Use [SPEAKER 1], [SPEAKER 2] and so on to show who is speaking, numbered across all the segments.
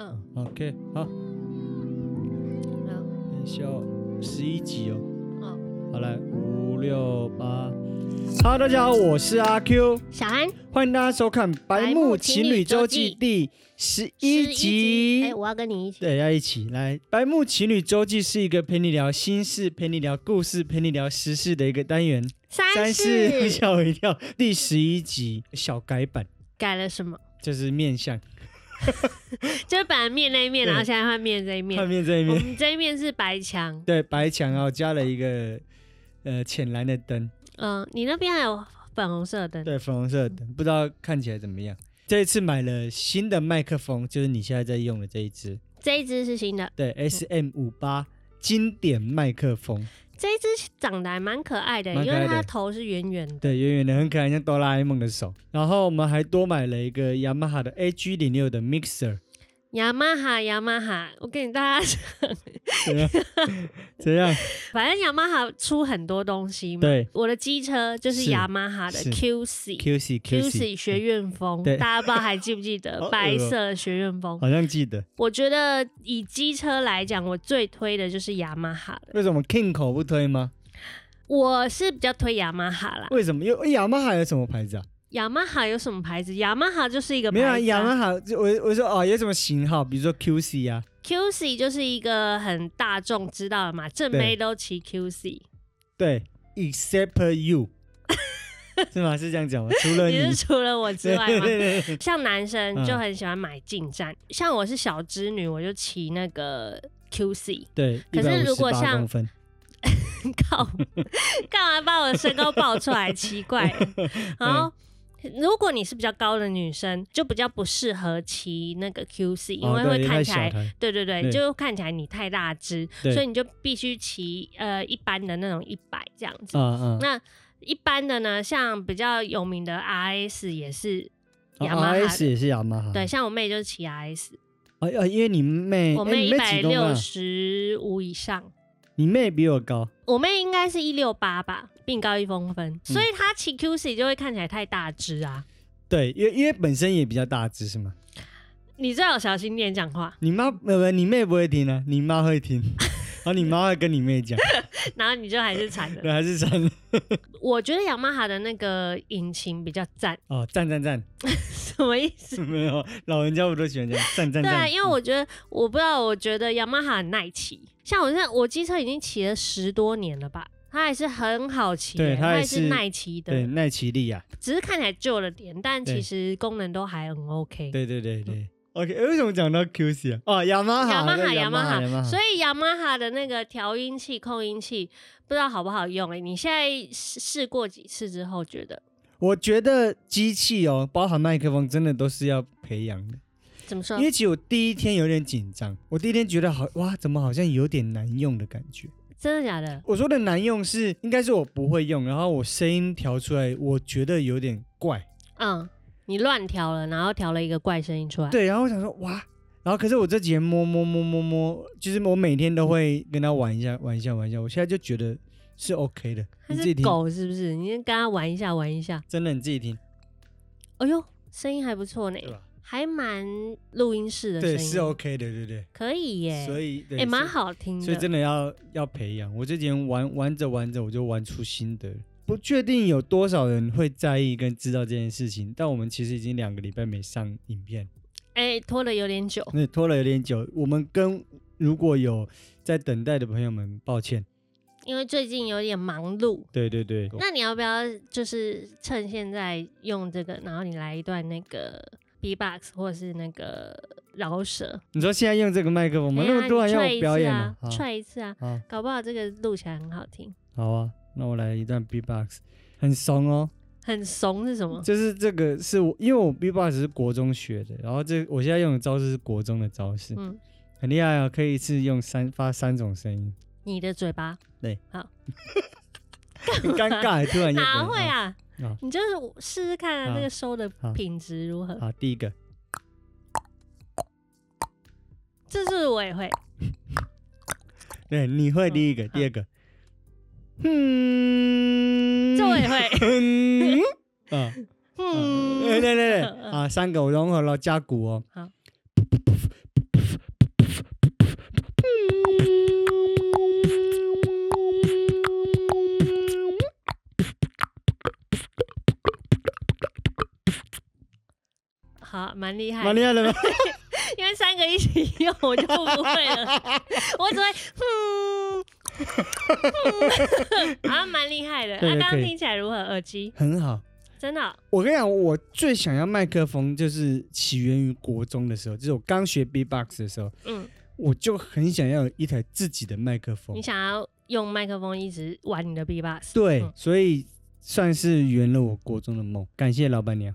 [SPEAKER 1] 嗯，
[SPEAKER 2] OK，好，
[SPEAKER 1] 好，
[SPEAKER 2] 很小，哦十一集哦。
[SPEAKER 1] 哦，
[SPEAKER 2] 好来，五六八。Hello，大家好，我是阿 Q，
[SPEAKER 1] 小安
[SPEAKER 2] 欢迎大家收看《白木情侣周记》第十一
[SPEAKER 1] 11哎，
[SPEAKER 2] 集。
[SPEAKER 1] 我要跟你一起，
[SPEAKER 2] 对，要一起来，《白木情侣周记》是一个陪你聊心事、陪你聊故事、陪你聊时事的一个单元。
[SPEAKER 1] 三
[SPEAKER 2] 三四
[SPEAKER 1] 四
[SPEAKER 2] 吓我一跳，第十一集小改版，
[SPEAKER 1] 改了什么？
[SPEAKER 2] 就是面向
[SPEAKER 1] 就是本来面那一面，
[SPEAKER 2] 对
[SPEAKER 1] 然后现在换面这一
[SPEAKER 2] 后
[SPEAKER 1] 面。
[SPEAKER 2] 面这一
[SPEAKER 1] 我
[SPEAKER 2] 面，
[SPEAKER 1] 们这一面是白墙，
[SPEAKER 2] 对白墙然后加了一个呃浅蓝的灯，
[SPEAKER 1] 嗯，你那边还有粉红色的灯，
[SPEAKER 2] 对粉红色的灯，不知道看起来怎么样。这一次买了新的麦克风，就是你现在在用的这一支，
[SPEAKER 1] 这一只是新的，
[SPEAKER 2] 对 S M 五八经典麦克风，
[SPEAKER 1] 这一只长得还蛮可爱的，
[SPEAKER 2] 蛮可
[SPEAKER 1] 因
[SPEAKER 2] 爱的
[SPEAKER 1] 为它头是圆圆的。
[SPEAKER 2] 对圆圆的很可爱，像哆啦 A 梦的手。然后我们还多买了一个雅马哈的 A G 零六的 mixer，
[SPEAKER 1] 雅马哈，雅马哈，我跟你大家 讲，
[SPEAKER 2] 怎样？怎样？
[SPEAKER 1] 反正雅马哈出很多东西嘛。
[SPEAKER 2] 对
[SPEAKER 1] 我的机车就是
[SPEAKER 2] 是
[SPEAKER 1] 雅马哈的
[SPEAKER 2] 是
[SPEAKER 1] QC。
[SPEAKER 2] Q C Q C，
[SPEAKER 1] QC 学院风，
[SPEAKER 2] 对
[SPEAKER 1] 大家不知道还记不记
[SPEAKER 2] 好恶
[SPEAKER 1] 得
[SPEAKER 2] 哦
[SPEAKER 1] 白色的学院风？
[SPEAKER 2] 好像记得。
[SPEAKER 1] 我觉得以机车来讲，我最推的就是雅马哈了。
[SPEAKER 2] 为什么 King 口不推吗？
[SPEAKER 1] 我是比较推雅马哈啦。
[SPEAKER 2] 为什么？有雅马哈有什么牌子啊？
[SPEAKER 1] 雅马哈有什么牌子？雅马哈就是一个
[SPEAKER 2] 没有啊，
[SPEAKER 1] 牌子
[SPEAKER 2] 雅马哈，就我我说哦，有什么型号？比如说 QC 啊，
[SPEAKER 1] QC 就是一个很大众知道的嘛，正
[SPEAKER 2] 对
[SPEAKER 1] 妹都骑 QC。
[SPEAKER 2] 对 ，except you，是吗？是这样讲吗？除了
[SPEAKER 1] 你
[SPEAKER 2] 你
[SPEAKER 1] 是除了我之
[SPEAKER 2] 对
[SPEAKER 1] 外
[SPEAKER 2] 对
[SPEAKER 1] 吗？
[SPEAKER 2] 对对
[SPEAKER 1] 像男生
[SPEAKER 2] 嗯
[SPEAKER 1] 就很喜欢买近战，像我是小织女，我就骑那个 QC，
[SPEAKER 2] 对，
[SPEAKER 1] 可是如果
[SPEAKER 2] 158
[SPEAKER 1] 像
[SPEAKER 2] 公分
[SPEAKER 1] 靠， 干嘛把我的身高爆出来？奇怪。然
[SPEAKER 2] 嗯
[SPEAKER 1] 后，如果你是比较高的女生，就比较不适合骑那个 QC，因
[SPEAKER 2] 哦
[SPEAKER 1] 为
[SPEAKER 2] 对
[SPEAKER 1] 会
[SPEAKER 2] 有
[SPEAKER 1] 看
[SPEAKER 2] 点
[SPEAKER 1] 起
[SPEAKER 2] 小
[SPEAKER 1] 来。
[SPEAKER 2] 台
[SPEAKER 1] 对对对，
[SPEAKER 2] 对
[SPEAKER 1] 就看起来你太大只，
[SPEAKER 2] 对
[SPEAKER 1] 所以你就必须骑呃一般的那种一百这样子。
[SPEAKER 2] 啊啊
[SPEAKER 1] 那一般的呢，像比较有名的 RS 也是
[SPEAKER 2] 哦
[SPEAKER 1] 雅马哈的
[SPEAKER 2] ，RS 也是雅马哈，
[SPEAKER 1] 对，像我妹就是骑 RS，
[SPEAKER 2] 哦，哦因为你妹，
[SPEAKER 1] 我
[SPEAKER 2] 哎
[SPEAKER 1] 妹
[SPEAKER 2] 你
[SPEAKER 1] 一
[SPEAKER 2] 妹
[SPEAKER 1] 百
[SPEAKER 2] 几公分
[SPEAKER 1] 六
[SPEAKER 2] 啊？
[SPEAKER 1] 十五以上，
[SPEAKER 2] 你妹比我高，
[SPEAKER 1] 我妹应该是一六八吧，比你高一公
[SPEAKER 2] 嗯
[SPEAKER 1] 分，所以她骑 QC 就会看起来太大只啊。
[SPEAKER 2] 对，因为因为本身也比较大只，是吗？
[SPEAKER 1] 你最好小心点讲话，
[SPEAKER 2] 你妈呃不，你妹不会听啊，你妈会听， 然后你妈会跟你妹讲，
[SPEAKER 1] 然后你就还是惨的。
[SPEAKER 2] 对，还是真的
[SPEAKER 1] 我觉得雅马哈的那个引擎比较赞，
[SPEAKER 2] 哦，赞赞 赞。
[SPEAKER 1] 什么意思？
[SPEAKER 2] 没有，老人家我都喜欢这样站站
[SPEAKER 1] 对啊，
[SPEAKER 2] 站。
[SPEAKER 1] 因为我觉得我不知道，我觉得雅马哈很耐骑，像我现在我机车已经骑了十多年了吧，它还是很好骑耶、
[SPEAKER 2] 对它
[SPEAKER 1] 它
[SPEAKER 2] 还
[SPEAKER 1] 还是
[SPEAKER 2] 是
[SPEAKER 1] 耐骑
[SPEAKER 2] 对，
[SPEAKER 1] 的，
[SPEAKER 2] 奈奇利亚，
[SPEAKER 1] 只是看起来旧了点，但其
[SPEAKER 2] 对
[SPEAKER 1] 实功能都还很 OK。
[SPEAKER 2] 对对对对。OK，诶为哦什么讲到 QC 啊？哦，雅马哈，
[SPEAKER 1] 雅马哈，
[SPEAKER 2] 对
[SPEAKER 1] 雅
[SPEAKER 2] 雅
[SPEAKER 1] 马
[SPEAKER 2] 雅
[SPEAKER 1] 哈，
[SPEAKER 2] 马哈。
[SPEAKER 1] 所以雅马哈的那个调音器、控音器，不知道好不好用哎、欸？你现在试试过几次之后，觉得
[SPEAKER 2] 我觉得机器哦，包含麦克风，真的都是要培养的。
[SPEAKER 1] 怎么说
[SPEAKER 2] 因？为其实我第一天有点紧张，我第一天觉得好哇，怎么好像有点难用的感觉。
[SPEAKER 1] 真的假的？
[SPEAKER 2] 我说的难用是，应该是我不会用，然后我声音调出来，我觉得有点怪。
[SPEAKER 1] 嗯，你乱调了，然后调了一个怪声音出来。
[SPEAKER 2] 对，然后我想说哇，然后可是我这几天摸摸摸摸摸，就是我每天都会跟他玩一下玩一下玩一下，我现在就觉得是 OK 的，
[SPEAKER 1] 它
[SPEAKER 2] 你自己
[SPEAKER 1] 是
[SPEAKER 2] 听，
[SPEAKER 1] 狗是不是？你先跟它玩一下，玩一下。
[SPEAKER 2] 真的你自己听，
[SPEAKER 1] 哎呦，声音还不错呢
[SPEAKER 2] 对，吧？
[SPEAKER 1] 还蛮录音室的声
[SPEAKER 2] 对，
[SPEAKER 1] 音，
[SPEAKER 2] 是 OK 的，对对
[SPEAKER 1] 可以耶，
[SPEAKER 2] 所以对
[SPEAKER 1] 哎，蛮、
[SPEAKER 2] 所
[SPEAKER 1] 好听
[SPEAKER 2] 以
[SPEAKER 1] 的。
[SPEAKER 2] 所以真的要要培养。我之前玩玩着玩着，我就玩出心得。不确定有多少人会在意跟知道这件事情，但我们其实已经两个礼拜没上影片，
[SPEAKER 1] 哎，拖的有点久，
[SPEAKER 2] 那拖了有点久。我们跟如果有在等待的朋友们，抱歉。
[SPEAKER 1] 因为最近有点忙碌。
[SPEAKER 2] 对对对，
[SPEAKER 1] 那你要不要就是趁现在用这个，然后你来一段那个 B-box 或者是那个饶舌？
[SPEAKER 2] 你说现在用这个麦克风吗？那
[SPEAKER 1] 哎呀
[SPEAKER 2] 么多人
[SPEAKER 1] 你
[SPEAKER 2] 要
[SPEAKER 1] 踹一
[SPEAKER 2] 我表
[SPEAKER 1] 次
[SPEAKER 2] 演
[SPEAKER 1] 啊
[SPEAKER 2] 吗？好，
[SPEAKER 1] 踹一次啊！
[SPEAKER 2] 好，
[SPEAKER 1] 搞不好这个录起来很好听。
[SPEAKER 2] 好啊，那我来一段 B-box，很怂哦。
[SPEAKER 1] 很怂是什么？
[SPEAKER 2] 就是这个是我，因为我 B-box 是国中学的，然后这我现在用的招式是国中的招式，
[SPEAKER 1] 嗯，
[SPEAKER 2] 很厉害啊，可以一次用三发三种声音，
[SPEAKER 1] 你的嘴巴
[SPEAKER 2] 很尴尬，突然间
[SPEAKER 1] 哪会？啊
[SPEAKER 2] 好？
[SPEAKER 1] 你就是试试看啊，
[SPEAKER 2] 好
[SPEAKER 1] 那个收的
[SPEAKER 2] 好
[SPEAKER 1] 品质如何？
[SPEAKER 2] 好，第一个，
[SPEAKER 1] 这是我也会，
[SPEAKER 2] 对，你会
[SPEAKER 1] 嗯
[SPEAKER 2] 第一个，
[SPEAKER 1] 好
[SPEAKER 2] 第二个，嗯，
[SPEAKER 1] 这我也会。
[SPEAKER 2] 嗯，啊，
[SPEAKER 1] 嗯
[SPEAKER 2] 对对对对，啊，三个我融合了加鼓哦，
[SPEAKER 1] 好蛮厉害
[SPEAKER 2] 蛮厉害的吗？
[SPEAKER 1] 因为三个一起用我就不会 了，我只会嗯嗯，啊，蛮厉害的。啊，
[SPEAKER 2] 对
[SPEAKER 1] 刚刚
[SPEAKER 2] 可以
[SPEAKER 1] 听起来如何？耳机
[SPEAKER 2] 很好。
[SPEAKER 1] 真的哦、
[SPEAKER 2] 我跟你讲，我最想要麦克风就是起源于国中的时候，就是我刚学 B-box 的时候，
[SPEAKER 1] 嗯，
[SPEAKER 2] 我就很想要有一台自己的麦克风
[SPEAKER 1] 你。想要用麦克风一直玩你的 B box，
[SPEAKER 2] 对，
[SPEAKER 1] 嗯
[SPEAKER 2] 所以算是圆了我国中的梦。感谢老板娘，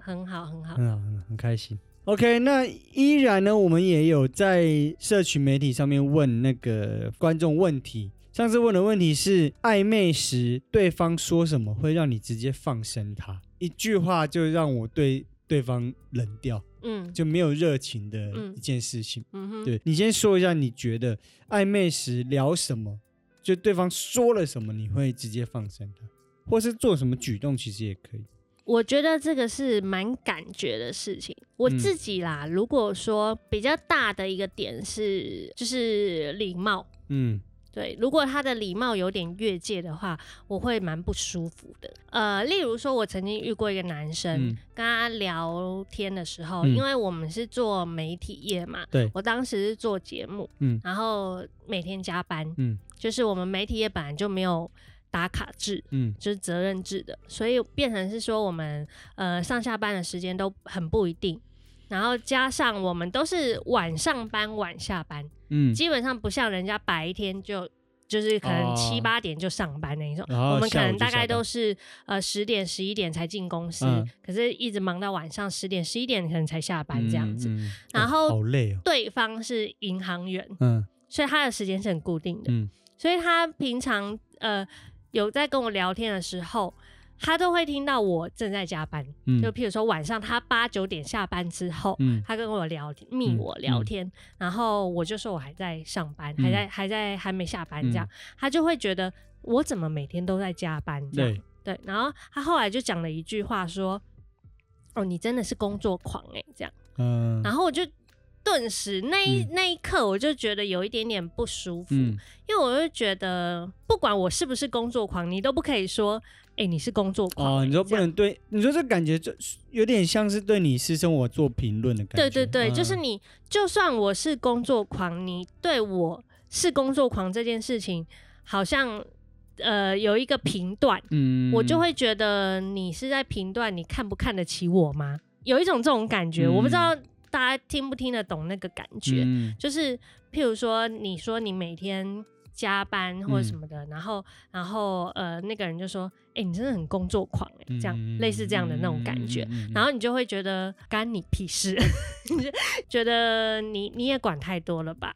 [SPEAKER 1] 很好很好。
[SPEAKER 2] 很好，很很开心。OK，那依然呢，我们也有在社群媒体上面问那个观众问题。上次问的问题是暧昧时对方说什么会让你直接放生他？一句话就让我对对方冷掉，
[SPEAKER 1] 嗯
[SPEAKER 2] 就没有热情的
[SPEAKER 1] 嗯
[SPEAKER 2] 一件事情。
[SPEAKER 1] 嗯哼，
[SPEAKER 2] 对你先说一下，你觉得暧昧时聊什么？就对方说了什么，你会直接放生他，或是做什么举动，其实也可以。
[SPEAKER 1] 我觉得这个是蛮感觉的事情。我
[SPEAKER 2] 嗯
[SPEAKER 1] 自己啦，如果说比较大的一个点是，就是礼貌。
[SPEAKER 2] 嗯，
[SPEAKER 1] 对，如果他的礼貌有点越界的话，我会蛮不舒服的。呃，例如说，我曾经遇过一个男生，
[SPEAKER 2] 嗯
[SPEAKER 1] 跟他聊天的时候，
[SPEAKER 2] 嗯
[SPEAKER 1] 因为我们是做媒体业嘛，
[SPEAKER 2] 对
[SPEAKER 1] 我当时是做节目，
[SPEAKER 2] 嗯
[SPEAKER 1] 然后每天加班，
[SPEAKER 2] 嗯
[SPEAKER 1] 就是我们媒体业本来就没有打卡制，
[SPEAKER 2] 嗯
[SPEAKER 1] 就是责任制的，所以变成是说我们呃上下班的时间都很不一定，然后加上我们都是晚上班晚下班，
[SPEAKER 2] 嗯，
[SPEAKER 1] 基本上不像人家白天就。就是可能
[SPEAKER 2] 哦
[SPEAKER 1] 七八点就上班那一种，
[SPEAKER 2] 然后
[SPEAKER 1] 我们可
[SPEAKER 2] 下午
[SPEAKER 1] 能
[SPEAKER 2] 就
[SPEAKER 1] 大
[SPEAKER 2] 下
[SPEAKER 1] 概
[SPEAKER 2] 班
[SPEAKER 1] 都是呃十点十一点才进公司，
[SPEAKER 2] 嗯
[SPEAKER 1] 可是一直忙到晚上十点十一点可能才下班这样子。
[SPEAKER 2] 嗯嗯嗯
[SPEAKER 1] 然后
[SPEAKER 2] 哦好累哦。
[SPEAKER 1] 对方是银行员，
[SPEAKER 2] 嗯
[SPEAKER 1] 所以他的时间是很固定的。
[SPEAKER 2] 嗯
[SPEAKER 1] 所以他平常呃有在跟我聊天的时候，他都会听到我正在加班。
[SPEAKER 2] 嗯，
[SPEAKER 1] 就譬如说晚上他八九点下班之后，
[SPEAKER 2] 嗯
[SPEAKER 1] 他跟我聊天，密
[SPEAKER 2] 嗯
[SPEAKER 1] 我聊天，然后我就说我还在上班，还
[SPEAKER 2] 嗯
[SPEAKER 1] 在还在还没下班这样，
[SPEAKER 2] 嗯
[SPEAKER 1] 他就会觉得我怎么每天都在加班这样
[SPEAKER 2] 对。
[SPEAKER 1] 对，然后他后来就讲了一句话说：“哦，你真的是工作狂哎、这样。”
[SPEAKER 2] 嗯
[SPEAKER 1] 然后我就顿时那一、
[SPEAKER 2] 嗯
[SPEAKER 1] 那一刻，我就觉得有一点点不舒服，
[SPEAKER 2] 嗯
[SPEAKER 1] 因为我就觉得不管我是不是工作狂，你都不可以说，哎、你是工作狂、
[SPEAKER 2] 哦，你说
[SPEAKER 1] 这
[SPEAKER 2] 不
[SPEAKER 1] 样
[SPEAKER 2] 能对，你说这感觉就有点像是对你私生活做评论的感觉。
[SPEAKER 1] 对对对，
[SPEAKER 2] 嗯
[SPEAKER 1] 就是你，就算我是工作狂，你对我是工作狂这件事情，好像呃有一个评断，
[SPEAKER 2] 嗯，
[SPEAKER 1] 我就会觉得你是在评断你看不看得起我吗？有一种这种感觉，
[SPEAKER 2] 嗯
[SPEAKER 1] 我不知道大家听不听得懂那个感觉。
[SPEAKER 2] 嗯
[SPEAKER 1] 就是譬如说，你说你每天加班或者
[SPEAKER 2] 嗯
[SPEAKER 1] 什么的，然后然后呃，那个人就说：“哎、你真的很工作狂、欸，这样、
[SPEAKER 2] 嗯
[SPEAKER 1] 类似这样的那种感觉。
[SPEAKER 2] 嗯嗯嗯嗯
[SPEAKER 1] 然后你就会觉得干你屁事， 你就觉得你你也管太多了吧？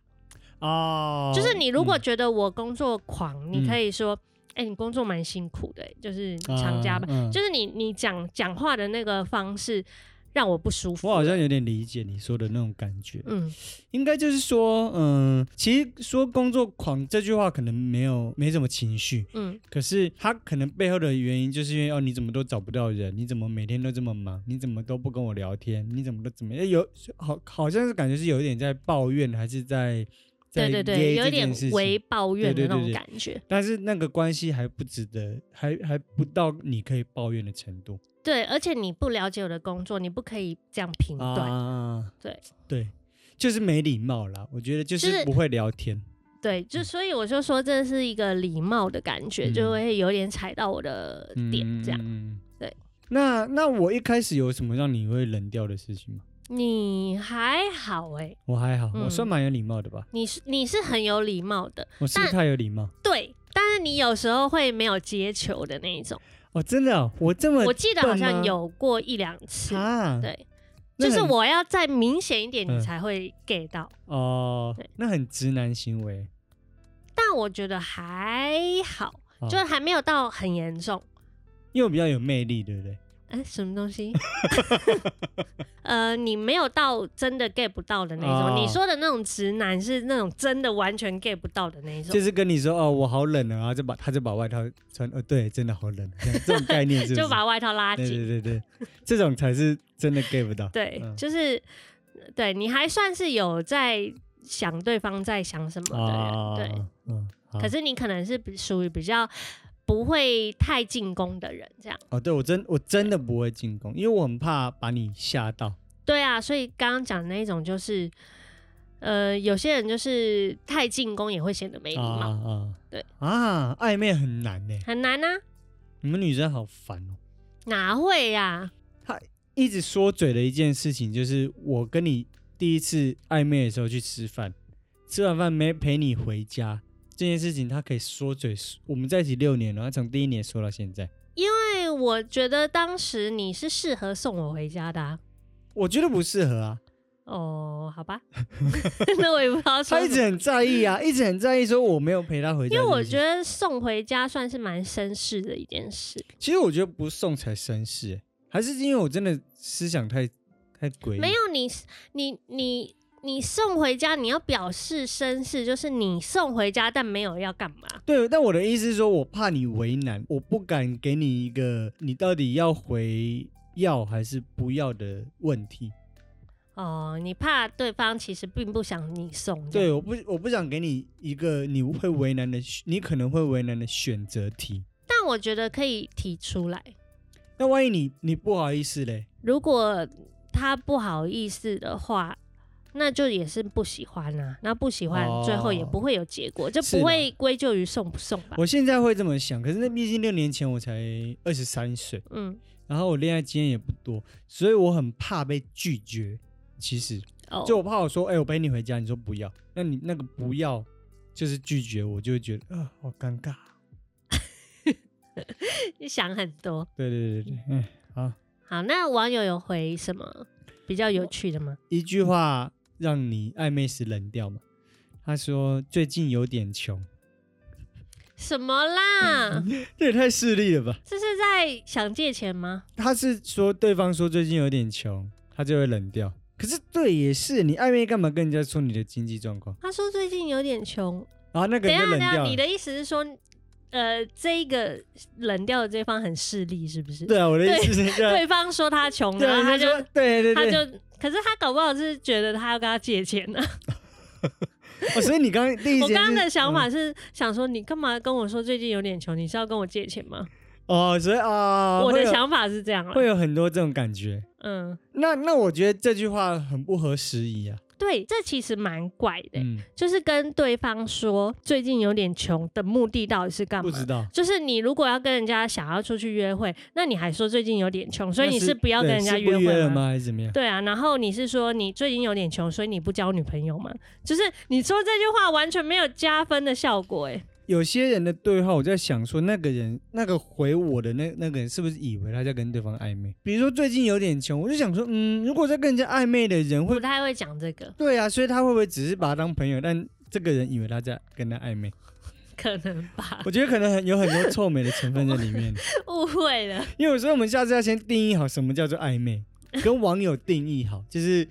[SPEAKER 2] 哦，
[SPEAKER 1] 就是你如果
[SPEAKER 2] 嗯
[SPEAKER 1] 觉得我工作狂，你
[SPEAKER 2] 嗯
[SPEAKER 1] 可以说：“哎、你工作蛮辛苦的、欸就是常加班。，
[SPEAKER 2] 嗯嗯
[SPEAKER 1] 就是你你讲讲话的那个方式让我不舒服。
[SPEAKER 2] 我好像有点理解你说的那种感觉，
[SPEAKER 1] 嗯
[SPEAKER 2] 应该就是说，嗯，其实说工作狂这句话可能没有没什么情绪，
[SPEAKER 1] 嗯
[SPEAKER 2] 可是他可能背后的原因就是因为哦，你怎么都找不到人，你怎么每天都这么忙，你怎么都不跟我聊天，你怎么都怎么哎样，有好好像是感觉是有一点在抱怨，还是在在
[SPEAKER 1] 对对
[SPEAKER 2] yay
[SPEAKER 1] 对，有
[SPEAKER 2] 这
[SPEAKER 1] 点
[SPEAKER 2] 件事情
[SPEAKER 1] 为抱怨的
[SPEAKER 2] 对对
[SPEAKER 1] 那种
[SPEAKER 2] 对对
[SPEAKER 1] 感觉。
[SPEAKER 2] 但是那个关系还不值得，还还不到你可以抱怨的程度。
[SPEAKER 1] 对，而且你不了解我的工作，你不可以这样评断。
[SPEAKER 2] 啊，
[SPEAKER 1] 对
[SPEAKER 2] 对，就是没礼貌啦。我觉得就
[SPEAKER 1] 就是
[SPEAKER 2] 是不会聊天。
[SPEAKER 1] 对，就所以我就说这是一个礼貌的感觉，
[SPEAKER 2] 嗯
[SPEAKER 1] 就会有点踩到我的点，这样。
[SPEAKER 2] 嗯
[SPEAKER 1] 对。
[SPEAKER 2] 那那我一开始有什么让你会冷掉的事情吗？
[SPEAKER 1] 你还好哎、
[SPEAKER 2] 我还好，
[SPEAKER 1] 嗯
[SPEAKER 2] 我算蛮有礼貌的吧？
[SPEAKER 1] 你是你是很有礼貌的，
[SPEAKER 2] 我是不是太有礼貌？
[SPEAKER 1] 对，但是你有时候会没有接球的那一种。
[SPEAKER 2] 哦，真的哦、我这么
[SPEAKER 1] 我记得好
[SPEAKER 2] 笨吗
[SPEAKER 1] 像有过一两次，
[SPEAKER 2] 啊？
[SPEAKER 1] 对，
[SPEAKER 2] 那
[SPEAKER 1] 就是
[SPEAKER 2] 很
[SPEAKER 1] 我要再明显一点，你
[SPEAKER 2] 嗯
[SPEAKER 1] 才会 get 到。
[SPEAKER 2] 哦
[SPEAKER 1] 对，
[SPEAKER 2] 那很直男行为。
[SPEAKER 1] 但我觉得还好，
[SPEAKER 2] 哦
[SPEAKER 1] 就还没有到很严重。
[SPEAKER 2] 因为我比较有魅力，对不对？
[SPEAKER 1] 哎、什么东 西？呃，你没有到真的 get 不到的那种。
[SPEAKER 2] 哦
[SPEAKER 1] 你说的那种直男是那种真的完全 get 不到的那一种，
[SPEAKER 2] 就是跟你说哦，我好冷啊，然后就把他就把外套穿，哦，对，真的好冷，这样这种概念是不是
[SPEAKER 1] 就把外套拉
[SPEAKER 2] 对
[SPEAKER 1] 紧。
[SPEAKER 2] 对对对，这种才是真的 get 不到。
[SPEAKER 1] 对，
[SPEAKER 2] 嗯
[SPEAKER 1] 就是对你还算是有在想对方在想什么的人，
[SPEAKER 2] 啊，
[SPEAKER 1] 对。
[SPEAKER 2] 嗯，好
[SPEAKER 1] 可是你可能是比属于比较不会太进攻的人，这样。
[SPEAKER 2] 哦，对我真我真的不会进攻，因为我很怕把你吓到。
[SPEAKER 1] 对啊，所以刚刚讲的那一种就是，呃，有些人就是太进攻也会显得没礼
[SPEAKER 2] 啊
[SPEAKER 1] 貌，
[SPEAKER 2] 啊，
[SPEAKER 1] 对
[SPEAKER 2] 啊，暧昧很难呢，
[SPEAKER 1] 很难啊，
[SPEAKER 2] 你们女生好烦哦。
[SPEAKER 1] 哪会呀、
[SPEAKER 2] 一直说嘴的一件事情就是，我跟你第一次暧昧的时候去吃饭，吃完饭没陪你回家这件事情，他可以说嘴。我们在一起六年了，他从第一年说到现在，
[SPEAKER 1] 因为我觉得当时你是适合送我回家的、啊。
[SPEAKER 2] 我觉得不适合啊。
[SPEAKER 1] 哦，好 吧， 那我也不知道说
[SPEAKER 2] 他一
[SPEAKER 1] 什
[SPEAKER 2] 直
[SPEAKER 1] 么，
[SPEAKER 2] 很在意啊，一直很在意说我没有陪他回家
[SPEAKER 1] 因
[SPEAKER 2] 这件事情。
[SPEAKER 1] 为我觉得送回家算是蛮绅士的一件事。
[SPEAKER 2] 其实我觉得不送才绅士、欸还是因为我真的思想太太诡异。
[SPEAKER 1] 没有你，你你你送回家，你要表示绅士，就是你送回家，但没有要干嘛。
[SPEAKER 2] 对，但我的意思是说，我怕你为难，我不敢给你一个你到底要回要还是不要的问题。
[SPEAKER 1] 哦，你怕对方其实并不想你送。
[SPEAKER 2] 对，，我不我不想给你一个你会为难的，你可能会为难的选择题。
[SPEAKER 1] 但我觉得可以提出来。
[SPEAKER 2] 那万一你你不好意思嘞？
[SPEAKER 1] 如果他不好意思的话，那就也是不喜欢啊。那不喜欢，
[SPEAKER 2] 哦
[SPEAKER 1] 最后也不会有结果，就是不
[SPEAKER 2] 啦
[SPEAKER 1] 会归咎于送不送吧。
[SPEAKER 2] 我现在会这么想，可是那毕竟六年前我才二十三岁，
[SPEAKER 1] 嗯，
[SPEAKER 2] 然后我恋爱经验也不多，所以我很怕被拒绝。其实
[SPEAKER 1] 哦，
[SPEAKER 2] 就我怕我说，哎、我陪你回家，你说不要，那你那个不要就是拒绝，我就会觉得啊，好尴尬。
[SPEAKER 1] 你想很多。
[SPEAKER 2] 对对对对，嗯，好，
[SPEAKER 1] 好，那网友有回什么比较有趣的吗？
[SPEAKER 2] 一句话让你暧昧时冷掉嘛。他说最近有点穷，
[SPEAKER 1] 什么啦？
[SPEAKER 2] 这也太势利了吧？
[SPEAKER 1] 这是在想借钱吗？
[SPEAKER 2] 他是说对方说最近有点穷，他就会冷掉。可是对，也是你暧昧干嘛跟人家说你的经济状况？
[SPEAKER 1] 他说最近有点穷。
[SPEAKER 2] 然后那个
[SPEAKER 1] 等一下，
[SPEAKER 2] 人就
[SPEAKER 1] 等一
[SPEAKER 2] 冷
[SPEAKER 1] 下，
[SPEAKER 2] 掉了
[SPEAKER 1] 你。的意思是说，呃，这一个冷掉的这方很势利，是不是？
[SPEAKER 2] 对啊，我的意思是这样，
[SPEAKER 1] 对方说他穷，
[SPEAKER 2] 对啊
[SPEAKER 1] 然后他
[SPEAKER 2] 他
[SPEAKER 1] 就
[SPEAKER 2] 说对对
[SPEAKER 1] 他
[SPEAKER 2] 对，
[SPEAKER 1] 就，可是他搞不好是觉得他要跟他借钱呢、
[SPEAKER 2] 哦 所以你刚刚第一
[SPEAKER 1] 我
[SPEAKER 2] 件
[SPEAKER 1] 刚刚
[SPEAKER 2] 事
[SPEAKER 1] 的想
[SPEAKER 2] 嗯
[SPEAKER 1] 法是想说，你干嘛跟我说最近有点穷？你是要跟我借钱吗？
[SPEAKER 2] 哦，所以啊，
[SPEAKER 1] 我
[SPEAKER 2] 会
[SPEAKER 1] 的
[SPEAKER 2] 有
[SPEAKER 1] 想法是这样了
[SPEAKER 2] 会。有很多这种感觉。
[SPEAKER 1] 嗯，
[SPEAKER 2] 那那我觉得这句话很不合时宜啊。
[SPEAKER 1] 对，这其实蛮怪的、
[SPEAKER 2] 嗯，
[SPEAKER 1] 就是跟对方说最近有点穷的目的到底是干
[SPEAKER 2] 不
[SPEAKER 1] 嘛？
[SPEAKER 2] 知道，
[SPEAKER 1] 就是你如果要跟人家想要出去约会，那你还说最近有点穷，所以
[SPEAKER 2] 那
[SPEAKER 1] 你是不要跟
[SPEAKER 2] 对
[SPEAKER 1] 人家
[SPEAKER 2] 是不
[SPEAKER 1] 约
[SPEAKER 2] 约
[SPEAKER 1] 会
[SPEAKER 2] 了？吗？还是怎么样？
[SPEAKER 1] 对啊，然后你是说你最近有点穷，所以你不交女朋友吗？就是你说这句话完全没有加分的效果、欸，
[SPEAKER 2] 有些人的对话，我在想说，那个人那个回我的那那个人，是不是以为他在跟对方暧昧？比如说最近有点穷，我就想说，嗯，如果在跟人家暧昧的人会
[SPEAKER 1] 不，太会讲这个，
[SPEAKER 2] 对啊，所以他会不会只是把他当朋友？但这个人以为他在跟他暧昧，
[SPEAKER 1] 可能 吧，
[SPEAKER 2] 我觉得可能很有很多臭美的成分在里面。
[SPEAKER 1] 误会了。
[SPEAKER 2] 因为所以我们下次要先定义好什么叫做暧 昧，跟网友定义好，就是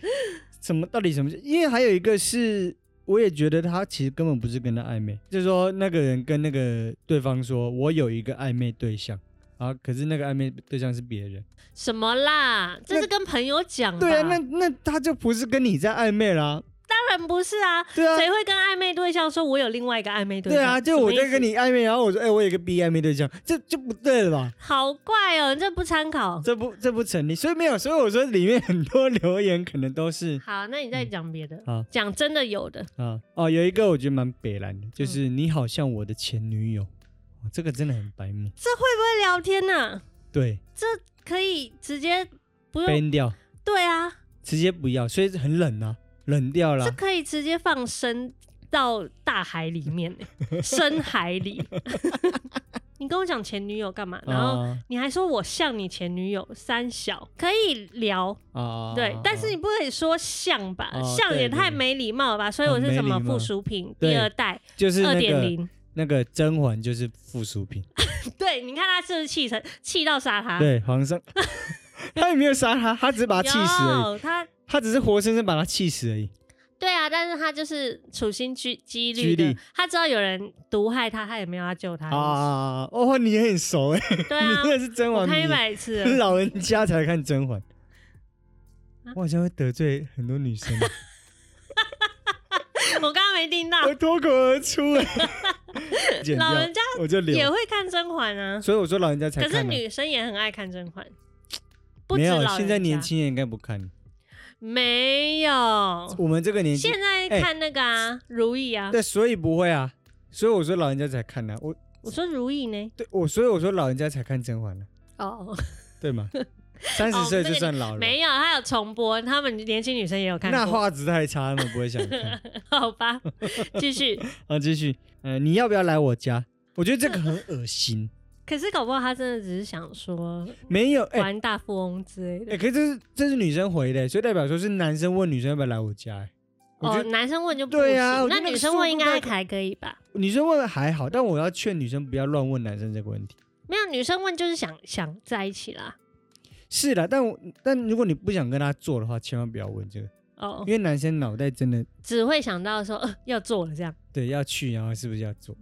[SPEAKER 2] 什么到底什么叫。因为还有一个是，我也觉得他其实根本不是跟他暧昧，就是说那个人跟那个对方说，我有一个暧昧对象。啊！可是那个暧昧对象是别人，
[SPEAKER 1] 什么啦？这是跟朋友讲吧？
[SPEAKER 2] 对啊，那那他就不是跟你在暧昧啦，
[SPEAKER 1] 当然不是啊，
[SPEAKER 2] 对啊，
[SPEAKER 1] 谁会跟暧昧对象说我有另外一个暧昧对
[SPEAKER 2] 对
[SPEAKER 1] 象？
[SPEAKER 2] 啊，就我在跟
[SPEAKER 1] 你，
[SPEAKER 2] 你暧昧，然后我说，哎、我有一个 B 暧昧对象，这就不对了吧？
[SPEAKER 1] 好怪哦、你这不参考。
[SPEAKER 2] 这不这不成立，所以没有，所以我说里面很多留言可能都是
[SPEAKER 1] 好，那你再讲别的
[SPEAKER 2] 嗯好，
[SPEAKER 1] 讲真的有的，
[SPEAKER 2] 啊嗯哦，有一个我觉得蛮北蓝的，就是你好像我的前女友，哦这个真的很白目。
[SPEAKER 1] 这会不会聊天呢、
[SPEAKER 2] 对
[SPEAKER 1] 可以直接不用，
[SPEAKER 2] ，ban 掉，
[SPEAKER 1] 对啊，
[SPEAKER 2] 直接不要，所以很冷啊，冷掉
[SPEAKER 1] 这
[SPEAKER 2] 了。
[SPEAKER 1] 可以直接放生到大海里面、 欸深海里。 你跟我讲前女友干嘛？然后
[SPEAKER 2] 啊
[SPEAKER 1] 你还说我像你前女友三小，可以聊，
[SPEAKER 2] 啊，
[SPEAKER 1] 对，但是你
[SPEAKER 2] 啊
[SPEAKER 1] 不可以说像吧，
[SPEAKER 2] 哦
[SPEAKER 1] 像
[SPEAKER 2] 对
[SPEAKER 1] 也太
[SPEAKER 2] 对
[SPEAKER 1] 没礼貌了吧？所以我
[SPEAKER 2] 很
[SPEAKER 1] 是
[SPEAKER 2] 没
[SPEAKER 1] 什么
[SPEAKER 2] 礼貌
[SPEAKER 1] 附属品
[SPEAKER 2] 对
[SPEAKER 1] 第二代
[SPEAKER 2] 就是
[SPEAKER 1] 二
[SPEAKER 2] 那
[SPEAKER 1] 点
[SPEAKER 2] 个
[SPEAKER 1] 零。
[SPEAKER 2] 那个甄嬛就是附属品，
[SPEAKER 1] 对，你看他是不是气成气到杀他？
[SPEAKER 2] 对，皇上他也没有杀他，他只是把他气死而已，
[SPEAKER 1] 有他，
[SPEAKER 2] 他只是活生生把他气死而已。
[SPEAKER 1] 对啊，但是他就是处心积积
[SPEAKER 2] 积
[SPEAKER 1] 虑的
[SPEAKER 2] 虑，
[SPEAKER 1] 他知道有人毒害他，他也没有要救他
[SPEAKER 2] 啊
[SPEAKER 1] 的意思。
[SPEAKER 2] 啊，啊哦，你也很熟哎，
[SPEAKER 1] 对
[SPEAKER 2] 你
[SPEAKER 1] 哎 啊
[SPEAKER 2] 真，的是甄
[SPEAKER 1] 我
[SPEAKER 2] 嬛
[SPEAKER 1] 看一
[SPEAKER 2] 迷，
[SPEAKER 1] 百次了
[SPEAKER 2] 老人家才看甄嬛
[SPEAKER 1] 啊。
[SPEAKER 2] 我好像会得罪很多女生。
[SPEAKER 1] 我刚刚没听 到，
[SPEAKER 2] 我脱口而出 哎、剪掉
[SPEAKER 1] 老人家
[SPEAKER 2] 我就
[SPEAKER 1] 也
[SPEAKER 2] 留。
[SPEAKER 1] 会看甄嬛啊，
[SPEAKER 2] 所以我说老人家才
[SPEAKER 1] 可
[SPEAKER 2] 看、啊，
[SPEAKER 1] 是女生也很爱看甄嬛，不
[SPEAKER 2] 没
[SPEAKER 1] 止
[SPEAKER 2] 有，
[SPEAKER 1] 老
[SPEAKER 2] 现在
[SPEAKER 1] 人
[SPEAKER 2] 年
[SPEAKER 1] 家。
[SPEAKER 2] 轻人应该不看。
[SPEAKER 1] 没有。
[SPEAKER 2] 我们这个年纪
[SPEAKER 1] 哦现，在
[SPEAKER 2] 哎
[SPEAKER 1] 看那个啊，如意啊，
[SPEAKER 2] 对，所以不会啊，所以我说老人家才看呢、啊我
[SPEAKER 1] 我说如意呢？
[SPEAKER 2] 对我，所以我说老人家才看甄嬛呢、啊
[SPEAKER 1] 哦，
[SPEAKER 2] 对吗？三十
[SPEAKER 1] 哦
[SPEAKER 2] 岁
[SPEAKER 1] 这
[SPEAKER 2] 就
[SPEAKER 1] 个
[SPEAKER 2] 算老了，
[SPEAKER 1] 没有，他有重播，他们年轻女生也有看
[SPEAKER 2] 那
[SPEAKER 1] 过。
[SPEAKER 2] 画质太差，他们不会想 看。
[SPEAKER 1] 好吧，继续。
[SPEAKER 2] 啊，继续，呃，你要不要来我家？我觉得这个很 恶心，
[SPEAKER 1] 可是搞不好他真的只是想说
[SPEAKER 2] 没有，哎、
[SPEAKER 1] 玩大富翁之类
[SPEAKER 2] 哎、
[SPEAKER 1] 的。
[SPEAKER 2] 可是这是这是女生回的，所以代表说是男生问女生要不要来我家、哎，我
[SPEAKER 1] 哦
[SPEAKER 2] 觉，得
[SPEAKER 1] 男生问就不
[SPEAKER 2] 对
[SPEAKER 1] 行，
[SPEAKER 2] 啊我
[SPEAKER 1] 那
[SPEAKER 2] 觉得那
[SPEAKER 1] 女
[SPEAKER 2] 个
[SPEAKER 1] 生问应
[SPEAKER 2] 速度
[SPEAKER 1] 该
[SPEAKER 2] 太
[SPEAKER 1] 还可以吧？
[SPEAKER 2] 女生问还好，但我要劝女生不要乱问男生这个问题。
[SPEAKER 1] 没有，女生问就是想想在一起啦。
[SPEAKER 2] 是啦，但我但如果你不想跟他做的话，千万不要问这个，
[SPEAKER 1] 哦
[SPEAKER 2] 因，为男生脑袋真的
[SPEAKER 1] 只会想到说、呃、要做了这样，
[SPEAKER 2] 对要去，然后是不是要 做？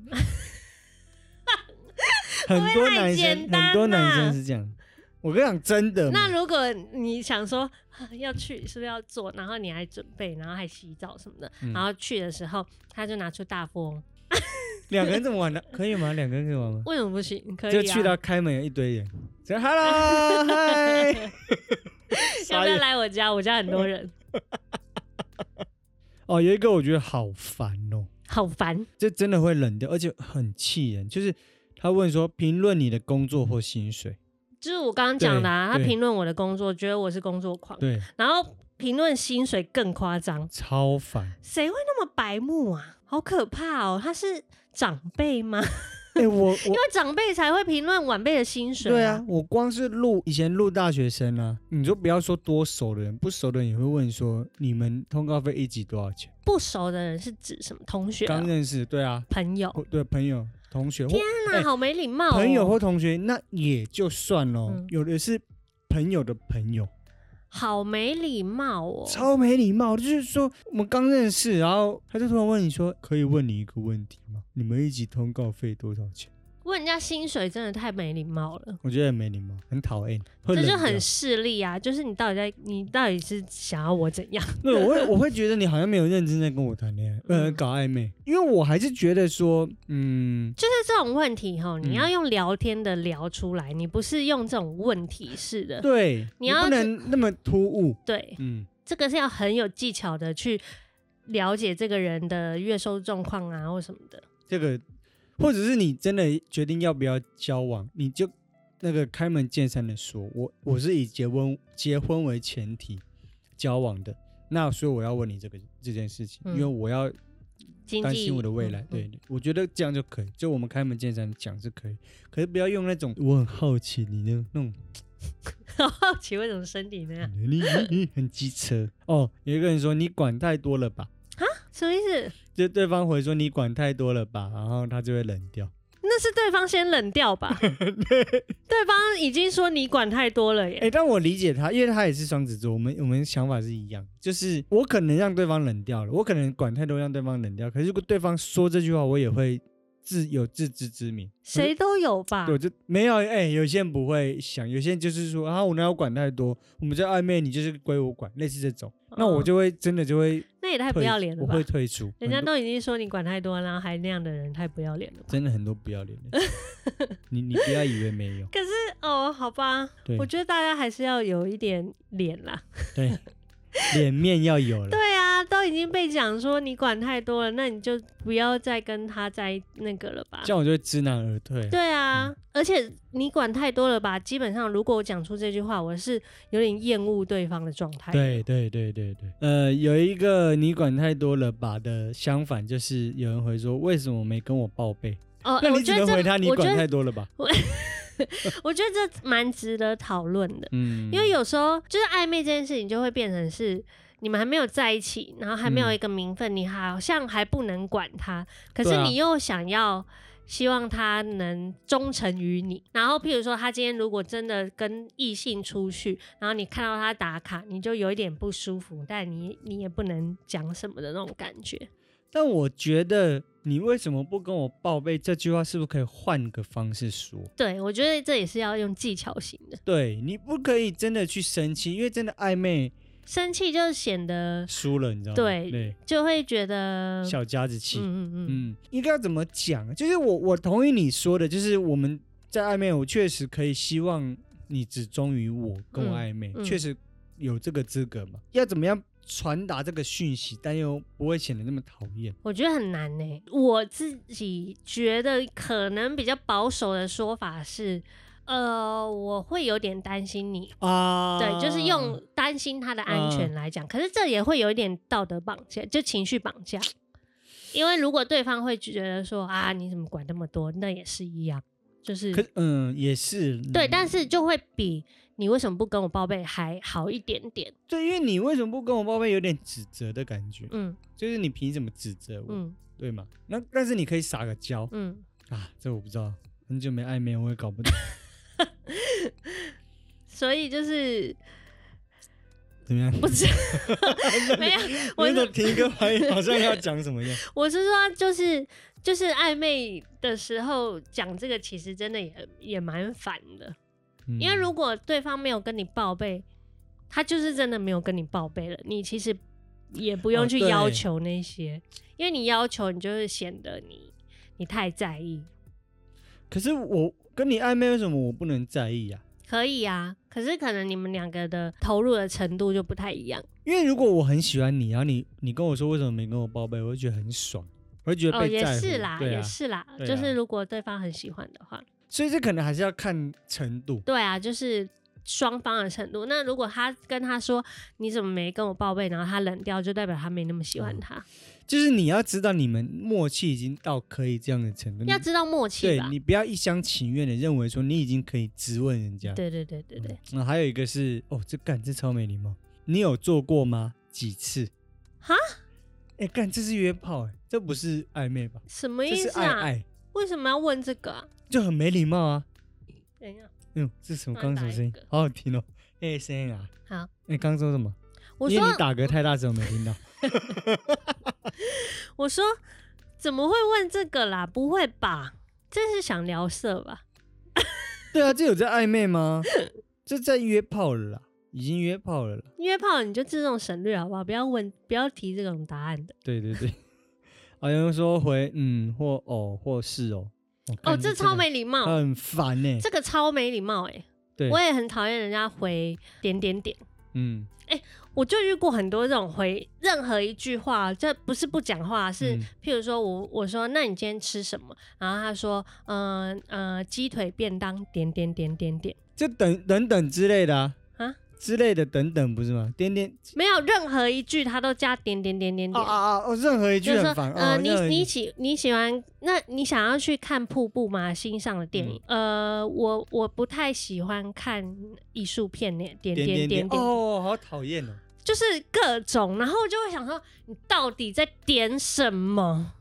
[SPEAKER 2] 很多
[SPEAKER 1] 太
[SPEAKER 2] 男
[SPEAKER 1] 简
[SPEAKER 2] 生
[SPEAKER 1] 单
[SPEAKER 2] 很多男
[SPEAKER 1] 啦
[SPEAKER 2] 生是这样，我跟你讲真的嘛，
[SPEAKER 1] 啊那如果你想说啊要去，是不是要做？然后你还准备，然后还洗澡什么的，
[SPEAKER 2] 嗯
[SPEAKER 1] 然后去的时候他就拿出大富翁，
[SPEAKER 2] 两个人怎么玩的？可以吗？两个人可以玩吗？
[SPEAKER 1] 为什么不行？可以、啊、
[SPEAKER 2] 就 去到开门有一堆人，这 hello 嗨，
[SPEAKER 1] 要
[SPEAKER 2] 傻
[SPEAKER 1] 不要
[SPEAKER 2] 眼
[SPEAKER 1] 来我家？我家很多 人，
[SPEAKER 2] 哦，有一个我觉得好烦哦，
[SPEAKER 1] 好烦。
[SPEAKER 2] 这真的会冷掉，而且很气人。就是他问说评论你的工作或薪水，
[SPEAKER 1] 就是我刚刚讲的、啊，
[SPEAKER 2] 对
[SPEAKER 1] 他
[SPEAKER 2] 对
[SPEAKER 1] 评论我的工作，觉得我是工作狂，
[SPEAKER 2] 对，
[SPEAKER 1] 然后评论薪水更夸张，
[SPEAKER 2] 超烦。
[SPEAKER 1] 谁会那么白目啊？好可怕哦！他是长辈吗？
[SPEAKER 2] 哎、我我
[SPEAKER 1] 因为长辈才会评论晚辈的薪水、
[SPEAKER 2] 对啊，，我光是录以前录大学生啊，你就不要说多熟的人，不熟的人也会问说你们通告费一集多少钱？
[SPEAKER 1] 不熟的人是指什么同学啊、
[SPEAKER 2] 刚认识，对啊，
[SPEAKER 1] 朋友？
[SPEAKER 2] 或对朋友、同学或
[SPEAKER 1] 天哪，
[SPEAKER 2] 哎
[SPEAKER 1] 好没礼貌、哦！
[SPEAKER 2] 朋友或同学，那也就算咯，
[SPEAKER 1] 嗯哦
[SPEAKER 2] 有的是朋友的朋友，
[SPEAKER 1] 好没礼貌哦！
[SPEAKER 2] 超没礼貌。就是说我们刚认识，然后他就突然问你说，可以问你一个问题吗？你们一集通告费多少钱？
[SPEAKER 1] 问人家薪水真的太没礼貌了，
[SPEAKER 2] 我觉得很没礼貌，很讨厌，会
[SPEAKER 1] 这就
[SPEAKER 2] 冷掉
[SPEAKER 1] 很势利啊！就是你到底在，你到底是想要我怎样？
[SPEAKER 2] 对，我会我会觉得你好像没有认真在跟我谈恋爱，呃，
[SPEAKER 1] 嗯
[SPEAKER 2] 搞暧昧，因为我还是觉得说，嗯，
[SPEAKER 1] 就是这种问题哈，
[SPEAKER 2] 嗯
[SPEAKER 1] 你要用聊天的聊出来，你不是用这种问题式的。
[SPEAKER 2] 对，
[SPEAKER 1] 你要
[SPEAKER 2] 不能那么突兀，
[SPEAKER 1] 对，
[SPEAKER 2] 嗯，
[SPEAKER 1] 这个是要很有技巧的去了解这个人的月收状况啊，或什么的。
[SPEAKER 2] 这个，或者是你真的决定要不要交往，你就那个开门见山的说，我我是以结婚结婚为前提交往的，那所以我要问你这个这件事情，因为
[SPEAKER 1] 嗯
[SPEAKER 2] 我要
[SPEAKER 1] 经济
[SPEAKER 2] 担心我的未来。
[SPEAKER 1] 嗯
[SPEAKER 2] 对
[SPEAKER 1] 嗯，
[SPEAKER 2] 我觉得这样就可以，就我们开门见山讲是可以，可是不要用那种我很好奇你的那种。
[SPEAKER 1] 好 好奇为什么身体那样？
[SPEAKER 2] 你你你很机车哦。有一个人说你管太多了吧，
[SPEAKER 1] 什么意思？
[SPEAKER 2] 就对方回说你管太多了吧，然后他就会冷掉。
[SPEAKER 1] 那是对方先冷掉 吧？对方已经说你管太多了耶。
[SPEAKER 2] 哎、但我理解他，因为他也是双子座，我们我们想法是一样，就是我可能让对方冷掉了，我可能管太多让对方冷掉，可是如果对方说这句话，我也会自有自知之明。
[SPEAKER 1] 谁都有吧
[SPEAKER 2] 对，？我就没有哎、有些人不会想，有些人就是说啊，我哪有管太多，我们在暧昧，你就是归我管，类似这种，那我就会真的就会
[SPEAKER 1] 那哦也太不
[SPEAKER 2] 退
[SPEAKER 1] 要脸了
[SPEAKER 2] 我
[SPEAKER 1] 吧
[SPEAKER 2] 会？退出。
[SPEAKER 1] 人家
[SPEAKER 2] 很多
[SPEAKER 1] 都已经说你管太多，然后还那样的人太不要脸了吧。
[SPEAKER 2] 真的很多不要脸 的。你你不要以为没有，
[SPEAKER 1] 可是哦，好吧，
[SPEAKER 2] 对
[SPEAKER 1] 我觉得大家还是要有一点脸啦。
[SPEAKER 2] 对，脸面要有了。
[SPEAKER 1] 对啊，都已经被讲说你管太多了，那你就不要再跟他在那个了吧
[SPEAKER 2] 这。样我就会知难而退。
[SPEAKER 1] 啊对啊，
[SPEAKER 2] 嗯
[SPEAKER 1] 而且你管太多了吧？基本上，如果我讲出这句话，我是有点厌恶对方的状态。
[SPEAKER 2] 对对对对对，呃，有一个你管太多了吧的相反，就是有人回说为什么没跟我报备？
[SPEAKER 1] 哦，
[SPEAKER 2] 那
[SPEAKER 1] 我
[SPEAKER 2] 你只
[SPEAKER 1] 觉得
[SPEAKER 2] 能
[SPEAKER 1] 这，
[SPEAKER 2] 回他你
[SPEAKER 1] 我觉
[SPEAKER 2] 管
[SPEAKER 1] 得
[SPEAKER 2] 太多了吧？
[SPEAKER 1] 我觉得这蛮值得讨论的，
[SPEAKER 2] 嗯，
[SPEAKER 1] 因为有时候就是暧昧这件事情，就会变成是你们还没有在一起，然后还没有
[SPEAKER 2] 嗯
[SPEAKER 1] 一个名分，你好像还不能管他，可
[SPEAKER 2] 对
[SPEAKER 1] 是
[SPEAKER 2] 啊
[SPEAKER 1] 你又想要。希望他能忠诚于你。然后，譬如说，他今天如果真的跟异性出去，然后你看到他打卡，你就有一点不舒服，但你你也不能讲什么的那种感觉。
[SPEAKER 2] 但我觉得你为什么不跟我报备这句话，是不是可以换个方式说？
[SPEAKER 1] 对，我觉得这也是要用技巧型的。
[SPEAKER 2] 对你不可以真的去生气，因为真的暧昧
[SPEAKER 1] 生气就显得
[SPEAKER 2] 输了，你知道吗？
[SPEAKER 1] 对
[SPEAKER 2] 对，
[SPEAKER 1] 就会觉得，
[SPEAKER 2] 小家子气。
[SPEAKER 1] 嗯嗯嗯，
[SPEAKER 2] 嗯，应该要怎么讲？就是我我同意你说的，就是我们在暧昧，我确实可以希望你只忠于我，跟
[SPEAKER 1] 嗯
[SPEAKER 2] 我暧昧，
[SPEAKER 1] 嗯
[SPEAKER 2] 确实有这个资格嘛？要怎么样传达这个讯息，但又不会显得那么讨厌？
[SPEAKER 1] 我觉得很难呢、我自己觉得可能比较保守的说法是，呃，我会有点担心你。
[SPEAKER 2] 啊，
[SPEAKER 1] 对，就是用担心他的安全来讲，可是这也会有一点道德绑架，就情绪绑架。因为如果对方会觉得说啊，你怎么管那么多，那也是一样，就是
[SPEAKER 2] 可嗯也是
[SPEAKER 1] 对，
[SPEAKER 2] 嗯
[SPEAKER 1] 但是就会比你为什么不跟我报备还好一点点。
[SPEAKER 2] 对，因为你为什么不跟我报备，有点指责的感觉，
[SPEAKER 1] 嗯
[SPEAKER 2] 就是你凭什么指责我，
[SPEAKER 1] 嗯
[SPEAKER 2] 对吗？那但是你可以撒个娇
[SPEAKER 1] 嗯，
[SPEAKER 2] 啊，这我不知道，很久没暧昧，我也搞不懂
[SPEAKER 1] 所以就是
[SPEAKER 2] 怎么样。
[SPEAKER 1] 不是没有，我
[SPEAKER 2] 我
[SPEAKER 1] 是
[SPEAKER 2] 的停歌反应好像要讲什么一样，
[SPEAKER 1] 我是说，就是就是暧昧的时候讲这个，其实真的也也蛮烦的。
[SPEAKER 2] 嗯
[SPEAKER 1] 因为如果对方没有跟你报备，他就是真的没有跟你报备了，你其实也不用
[SPEAKER 2] 哦
[SPEAKER 1] 去
[SPEAKER 2] 对
[SPEAKER 1] 要求那些，因为你要求你就是显得你你太在意。
[SPEAKER 2] 可是我跟你暧昧，为什么我不能在意啊？
[SPEAKER 1] 可以啊，可是可能你们两个的投入的程度就不太一样。
[SPEAKER 2] 因为如果我很喜欢你，然后你你跟我说为什么没跟我报备，我会觉得很爽，我会觉得
[SPEAKER 1] 哦，
[SPEAKER 2] 被
[SPEAKER 1] 也
[SPEAKER 2] 在乎。
[SPEAKER 1] 是啦，
[SPEAKER 2] 对啊
[SPEAKER 1] 也，是啦，
[SPEAKER 2] 对啊
[SPEAKER 1] 就是如果对方很喜欢的话，
[SPEAKER 2] 所以这可能还是要看程度。
[SPEAKER 1] 对啊，就是双方的程度。那如果他跟他说你怎么没跟我报备，然后他冷掉，就代表他没那么喜欢
[SPEAKER 2] 嗯
[SPEAKER 1] 他。
[SPEAKER 2] 就是你要知道你们默契已经到可以这样的程度，
[SPEAKER 1] 要
[SPEAKER 2] 你
[SPEAKER 1] 知道默契
[SPEAKER 2] 对
[SPEAKER 1] 吧。
[SPEAKER 2] 你不要一厢情愿的认为说你已经可以质问人家。
[SPEAKER 1] 对对对对对
[SPEAKER 2] 嗯，。那、还有一个是哦，这干这超没礼貌，你有做过吗？几次？
[SPEAKER 1] 哈？
[SPEAKER 2] 哎、干这是约炮哎、这不是暧昧吧？
[SPEAKER 1] 什么意
[SPEAKER 2] 这是
[SPEAKER 1] 思
[SPEAKER 2] 爱
[SPEAKER 1] 啊？
[SPEAKER 2] 爱，
[SPEAKER 1] 为什么要问这个、啊？
[SPEAKER 2] 就很没礼貌啊。
[SPEAKER 1] 等一下，
[SPEAKER 2] 嗯，这是什么？
[SPEAKER 1] 突然
[SPEAKER 2] 刚刚
[SPEAKER 1] 打
[SPEAKER 2] 什么声音
[SPEAKER 1] 一个？
[SPEAKER 2] 好好听哦。哎、声音啊。
[SPEAKER 1] 好
[SPEAKER 2] 哎、刚刚说什么？
[SPEAKER 1] 我
[SPEAKER 2] 因为
[SPEAKER 1] 说
[SPEAKER 2] 你打嗝太大声，我没听到。
[SPEAKER 1] 我说怎么会问这个啦？不会吧？这是想聊色吧？
[SPEAKER 2] 对啊，这有在暧昧吗？这在约炮了啦，已经约炮了啦。
[SPEAKER 1] 约炮你就自动省略好不好？不要问，不要提这种答案的。
[SPEAKER 2] 对对对。啊，有人说回嗯或哦或是哦。我
[SPEAKER 1] 哦，
[SPEAKER 2] 看
[SPEAKER 1] 这
[SPEAKER 2] 真的
[SPEAKER 1] 超没礼貌，
[SPEAKER 2] 很烦呢、
[SPEAKER 1] 这个超没礼貌哎、
[SPEAKER 2] 对
[SPEAKER 1] 我也很讨厌人家回点点点。
[SPEAKER 2] 嗯，
[SPEAKER 1] 我就遇过很多这种回任何一句话，这不是不讲话，是、
[SPEAKER 2] 嗯
[SPEAKER 1] 譬如说我我说那你今天吃什么？然后他说嗯呃鸡腿便当点点点点点，
[SPEAKER 2] 就等等等之类的啊，
[SPEAKER 1] 啊
[SPEAKER 2] 之类的等等不是吗？点点
[SPEAKER 1] 没有任何一句他都加点点点点
[SPEAKER 2] 啊
[SPEAKER 1] 点。
[SPEAKER 2] 啊啊！哦，任何一
[SPEAKER 1] 就
[SPEAKER 2] 句
[SPEAKER 1] 是说
[SPEAKER 2] 很，烦。
[SPEAKER 1] 呃，
[SPEAKER 2] 哦
[SPEAKER 1] 你
[SPEAKER 2] 任何一句
[SPEAKER 1] 你喜你喜欢，那你想要去看瀑布吗？欣赏的电影？呃，我我不太喜欢看艺术片呢，点
[SPEAKER 2] 点
[SPEAKER 1] 点
[SPEAKER 2] 点
[SPEAKER 1] 点
[SPEAKER 2] 点
[SPEAKER 1] 点，
[SPEAKER 2] 哦，好讨厌哦。
[SPEAKER 1] 就是各种，然后我就会想说，你到底在点什么？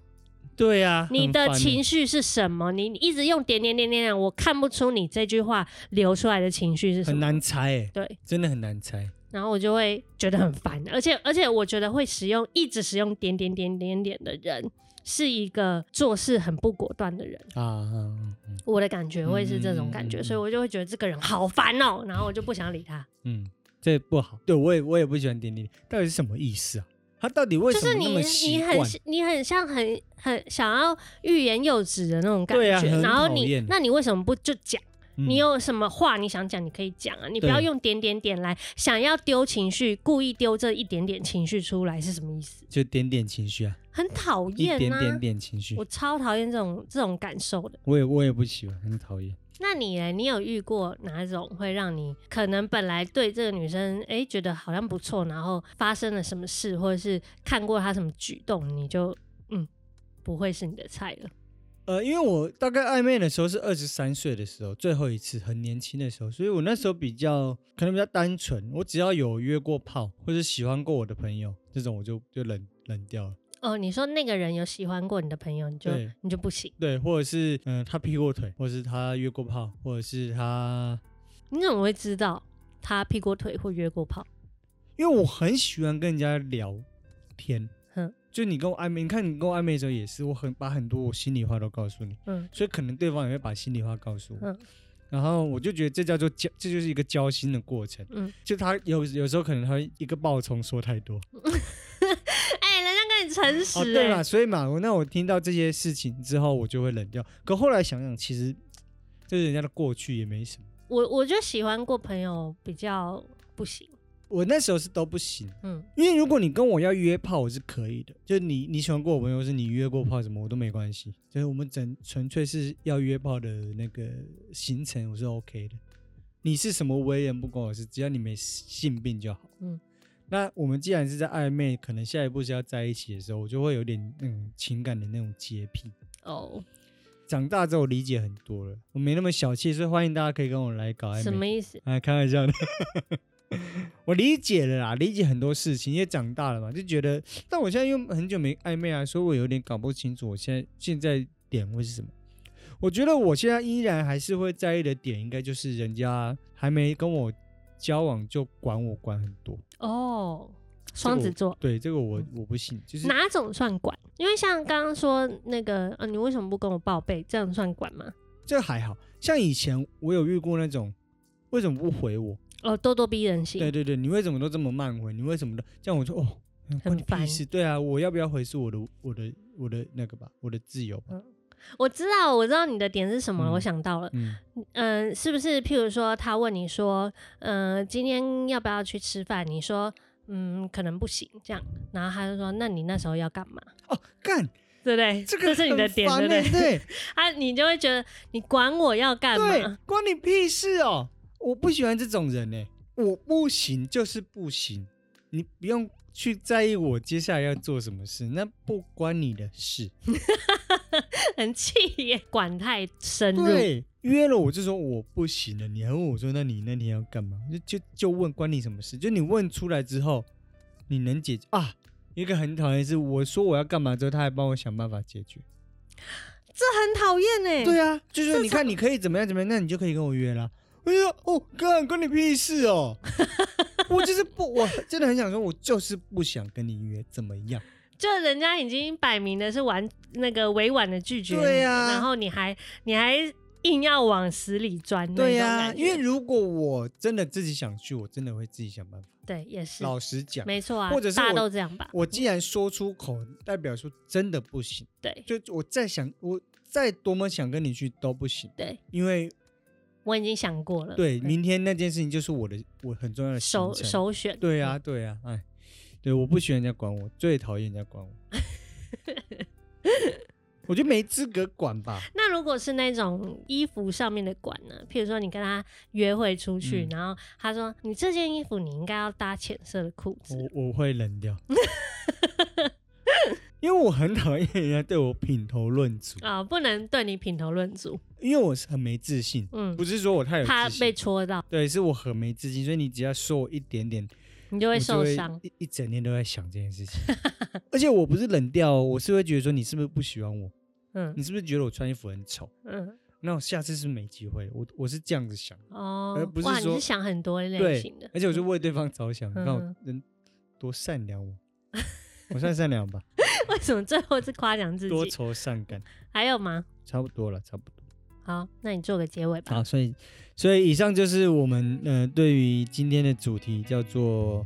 [SPEAKER 2] 对啊，
[SPEAKER 1] 你的
[SPEAKER 2] 很烦欸
[SPEAKER 1] 情绪是什么？你你一直用点点点点点，我看不出你这句话流出来的情绪是什
[SPEAKER 2] 很
[SPEAKER 1] 么。
[SPEAKER 2] 难猜哎、
[SPEAKER 1] 对，
[SPEAKER 2] 真的很难猜。
[SPEAKER 1] 然后我就会觉得很烦，而且而且我觉得会使用一直使用点点点点点的人，是一个做事很不果断的人。
[SPEAKER 2] 啊啊，嗯
[SPEAKER 1] 我的感觉会是这种感觉，
[SPEAKER 2] 嗯嗯嗯嗯
[SPEAKER 1] 所以我就会觉得这个人好烦哦、然后我就不想理他。
[SPEAKER 2] 嗯，这不好。对我也我也不喜欢点点点，到底是什么意思啊？他到底为
[SPEAKER 1] 就
[SPEAKER 2] 什
[SPEAKER 1] 是
[SPEAKER 2] 么
[SPEAKER 1] 你
[SPEAKER 2] 那么习
[SPEAKER 1] 你很
[SPEAKER 2] 惯？
[SPEAKER 1] 你很像很很想要欲言又止的那种感
[SPEAKER 2] 对
[SPEAKER 1] 觉，
[SPEAKER 2] 啊很
[SPEAKER 1] 然后
[SPEAKER 2] 讨
[SPEAKER 1] 你
[SPEAKER 2] 厌
[SPEAKER 1] 那你为什么不就讲？
[SPEAKER 2] 嗯
[SPEAKER 1] 你有什么话你想讲，你可以讲啊，你不
[SPEAKER 2] 对
[SPEAKER 1] 要用点点点来想要丢情绪，故意丢这一点点情绪出来是什么意思？
[SPEAKER 2] 就点点情绪啊，
[SPEAKER 1] 很讨
[SPEAKER 2] 一
[SPEAKER 1] 厌
[SPEAKER 2] 点
[SPEAKER 1] 啊！
[SPEAKER 2] 点点情绪
[SPEAKER 1] 我，超讨厌这种这种感受的。
[SPEAKER 2] 我也我也不喜欢，很讨厌。
[SPEAKER 1] 那你呢？你有遇过哪种会让你可能本来对这个女生哎、诶觉得好像不错，然后发生了什么事，或者是看过她什么举动，你就嗯不会是你的菜了？
[SPEAKER 2] 呃，因为我大概暧昧的时候是二十三岁的时候，最后一次很年轻的时候，所以我那时候比较可能比较单纯，我只要有约过炮或者喜欢过我的朋友，这种我就就冷冷掉了。
[SPEAKER 1] 哦，你说那个人有喜欢过你的朋友，你就
[SPEAKER 2] 对
[SPEAKER 1] 你就不行？
[SPEAKER 2] 对，或者是嗯、呃他劈过腿，或者是他约过炮，或者是他，
[SPEAKER 1] 你怎么会知道他劈过腿或约过炮？
[SPEAKER 2] 因为我很喜欢跟人家聊天，
[SPEAKER 1] 哼
[SPEAKER 2] 就你跟我暧昧，你看你跟我暧昧的时候也是，我很把很多我心里话都告诉你，
[SPEAKER 1] 嗯
[SPEAKER 2] 所以可能对方也会把心里话告诉我，
[SPEAKER 1] 嗯
[SPEAKER 2] 然后我就觉得这叫做交，这就是一个交心的过程。
[SPEAKER 1] 嗯，
[SPEAKER 2] 就他有有时候可能他会一个爆冲说太多，
[SPEAKER 1] 哎、人家跟你诚实、
[SPEAKER 2] 哦
[SPEAKER 1] 哎
[SPEAKER 2] 对嘛，所以嘛，我那我听到这些事情之后，我就会冷掉。可后来想想，其实这是人家的过去也没什么。
[SPEAKER 1] 我我就喜欢过朋友比较不行。
[SPEAKER 2] 我那时候是都不行，
[SPEAKER 1] 嗯
[SPEAKER 2] 因为如果你跟我要约炮，我是可以的，就是你你喜欢过我朋友，或是你约过炮什么，我都没关系，就是我们整纯粹是要约炮的那个行程，我是 OK 的。你是什么为人不关我事，只要你没性病就好。
[SPEAKER 1] 嗯，
[SPEAKER 2] 那我们既然是在暧昧，可能下一步是要在一起的时候，我就会有点那种情感的那种洁癖。
[SPEAKER 1] 哦，
[SPEAKER 2] 长大之后我理解很多了，我没那么小气，所以欢迎大家可以跟我来搞暧昧。
[SPEAKER 1] 什么意思？
[SPEAKER 2] 哎，开玩笑的， 我理解了啦，理解很多事情，也长大了嘛，就觉得，但我现在又很久没暧昧啊，所以我有点搞不清楚我现在现在点会是什么。我觉得我现在依然还是会在意的点，应该就是人家还没跟我交往就管我管很多。
[SPEAKER 1] 哦，双
[SPEAKER 2] 这个
[SPEAKER 1] 子
[SPEAKER 2] 我
[SPEAKER 1] 座
[SPEAKER 2] 对这个我我不信，就是
[SPEAKER 1] 哪种算管？因为像刚刚说那个，呃，你为什么不跟我报备？这样算管吗？
[SPEAKER 2] 这还好像以前我有遇过那种，为什么不回我？
[SPEAKER 1] 哦，咄咄逼人型。
[SPEAKER 2] 对对对，你为什么都这么慢回？你为什么都这样？我就哦，关你屁
[SPEAKER 1] 烦
[SPEAKER 2] 事。对啊，我要不要回是我的我的我的那个吧，我的自由吧。
[SPEAKER 1] 我知道，我知道你的点是什么了，
[SPEAKER 2] 嗯
[SPEAKER 1] 我想到了，
[SPEAKER 2] 嗯，
[SPEAKER 1] 嗯、是不是？譬如说，他问你说，嗯、今天要不要去吃饭？你说，嗯，可能不行，这样，然后他就说，那你那时候要干嘛？
[SPEAKER 2] 哦，干，
[SPEAKER 1] 对不对？
[SPEAKER 2] 这个
[SPEAKER 1] 是你的
[SPEAKER 2] 很
[SPEAKER 1] 点，
[SPEAKER 2] 烦
[SPEAKER 1] 对不对？
[SPEAKER 2] 欸 对
[SPEAKER 1] 啊，你就会觉得你管我要干
[SPEAKER 2] 对
[SPEAKER 1] 嘛？，
[SPEAKER 2] 关你屁事哦！我不喜欢这种人呢、欸我不行就是不行，你不用去在意我接下来要做什么事，那不关你的事。
[SPEAKER 1] 很气耶，管太深入。
[SPEAKER 2] 对，约了我就说我不行了，你还问我说那你那天要干嘛？就就就问关你什么事？就你问出来之后，你能解决啊？一个很讨厌的是，我说我要干嘛之后，他还帮我想办法解决。
[SPEAKER 1] 很讨厌哎。
[SPEAKER 2] 对啊，就是说你看你可以怎么样怎么样，那你就可以跟我约啦。我就说哦，干关你屁事 哦！我就是不，我真的很想说，我就是不想跟你约，怎么样？
[SPEAKER 1] 就人家已经摆明的是玩那个委婉的拒绝你，
[SPEAKER 2] 对啊
[SPEAKER 1] 然后你还你还硬要往死里钻，
[SPEAKER 2] 对
[SPEAKER 1] 呀、
[SPEAKER 2] 呀、因为如果我真的自己想去，我真的会自己想办法。
[SPEAKER 1] 对也是，
[SPEAKER 2] 老实讲，
[SPEAKER 1] 没错啊，
[SPEAKER 2] 或者是
[SPEAKER 1] 大家
[SPEAKER 2] 我
[SPEAKER 1] 都这样吧，
[SPEAKER 2] 我既然说出口，代表说真的不行。
[SPEAKER 1] 对
[SPEAKER 2] 就我再想，我再多么想跟你去都不行，
[SPEAKER 1] 对，嗯
[SPEAKER 2] 因为
[SPEAKER 1] 我已经想过了，
[SPEAKER 2] 对明天那件事情就是我的我很重要的行
[SPEAKER 1] 首
[SPEAKER 2] 程。
[SPEAKER 1] 首选，
[SPEAKER 2] 对啊，对啊，哎，对，我不喜欢人家管我，最讨厌人家 管我。我就没资格管吧？
[SPEAKER 1] 那如果是那种衣服上面的管呢？譬如说你跟他约会出去，
[SPEAKER 2] 嗯
[SPEAKER 1] 然后他说你这件衣服你应该要搭浅色的裤子，
[SPEAKER 2] 我我会 冷掉，因为我很讨厌人家对我品头论足，
[SPEAKER 1] 啊、不能对你品头论足，
[SPEAKER 2] 因为我是很没自信，
[SPEAKER 1] 嗯
[SPEAKER 2] 不，是说我太有
[SPEAKER 1] 怕
[SPEAKER 2] 自
[SPEAKER 1] 被
[SPEAKER 2] 信，
[SPEAKER 1] 戳到
[SPEAKER 2] 对，是我很没自信，所以你只要说我一点点
[SPEAKER 1] 你就
[SPEAKER 2] 我
[SPEAKER 1] 会
[SPEAKER 2] 就
[SPEAKER 1] 受伤，
[SPEAKER 2] 一一整天都在想这件 事情。而且我不是冷掉、哦，我是会觉得说你是不是不喜欢我，
[SPEAKER 1] 嗯
[SPEAKER 2] 你是不是觉得我穿衣服很丑？
[SPEAKER 1] 嗯
[SPEAKER 2] 那我下次是不是没机会了，我我是这样子想，
[SPEAKER 1] 哦，
[SPEAKER 2] 而不是
[SPEAKER 1] 哇，你
[SPEAKER 2] 说
[SPEAKER 1] 是想很多类
[SPEAKER 2] 对
[SPEAKER 1] 型的，，
[SPEAKER 2] 而且我是为对方着想，你看
[SPEAKER 1] 嗯
[SPEAKER 2] 我人多善 良我，我算善良吧，
[SPEAKER 1] 为什么最后是夸奖自
[SPEAKER 2] 多
[SPEAKER 1] 己？
[SPEAKER 2] 愁善感，
[SPEAKER 1] 还有吗？
[SPEAKER 2] 差不多了，差不多。
[SPEAKER 1] 好，那你做个结尾吧。
[SPEAKER 2] 好，所以所以以上就是我们呃对于今天的主题叫做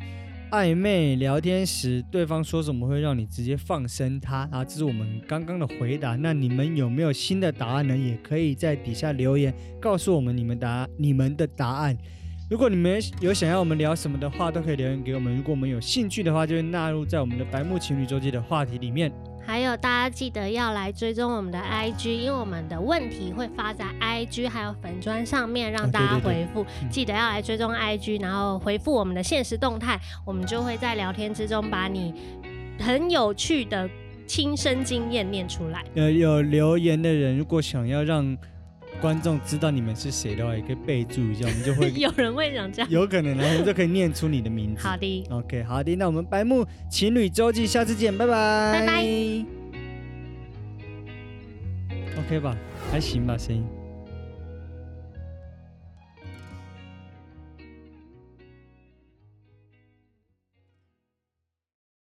[SPEAKER 2] 暧昧聊天时对方说什么会让你直接放生他啊，这是我们刚刚的回答。那你们有没有新的答案呢？也可以在底下留言告诉我们你们答你们的答案。如果你们有想要我们聊什么的话，都可以留言给我们。如果我们有兴趣的话，就会纳入在我们的白木情侣周记的话题里面。
[SPEAKER 1] 还有大家记得要来追踪我们的 IG，因为我们的问题会发在 IG 还有粉砖上面，让大家
[SPEAKER 2] 啊对对
[SPEAKER 1] 回复。
[SPEAKER 2] 嗯
[SPEAKER 1] 记得要来追踪 IG，然后回复我们的现实动态，我们就会在聊天之中把你很有趣的亲身经验念出来。
[SPEAKER 2] 呃，有留言的人，如果想要让观众知道你们是谁的话，也可以备注一下，我们就会
[SPEAKER 1] 有人会想这样？
[SPEAKER 2] 有可能，啊然后我们就可以念出你的名字。
[SPEAKER 1] 好的，
[SPEAKER 2] OK，好的，那我们白木情侣周记，下次见，拜
[SPEAKER 1] 拜
[SPEAKER 2] 拜。
[SPEAKER 1] 拜。
[SPEAKER 2] OK 吧，还行吧，声音。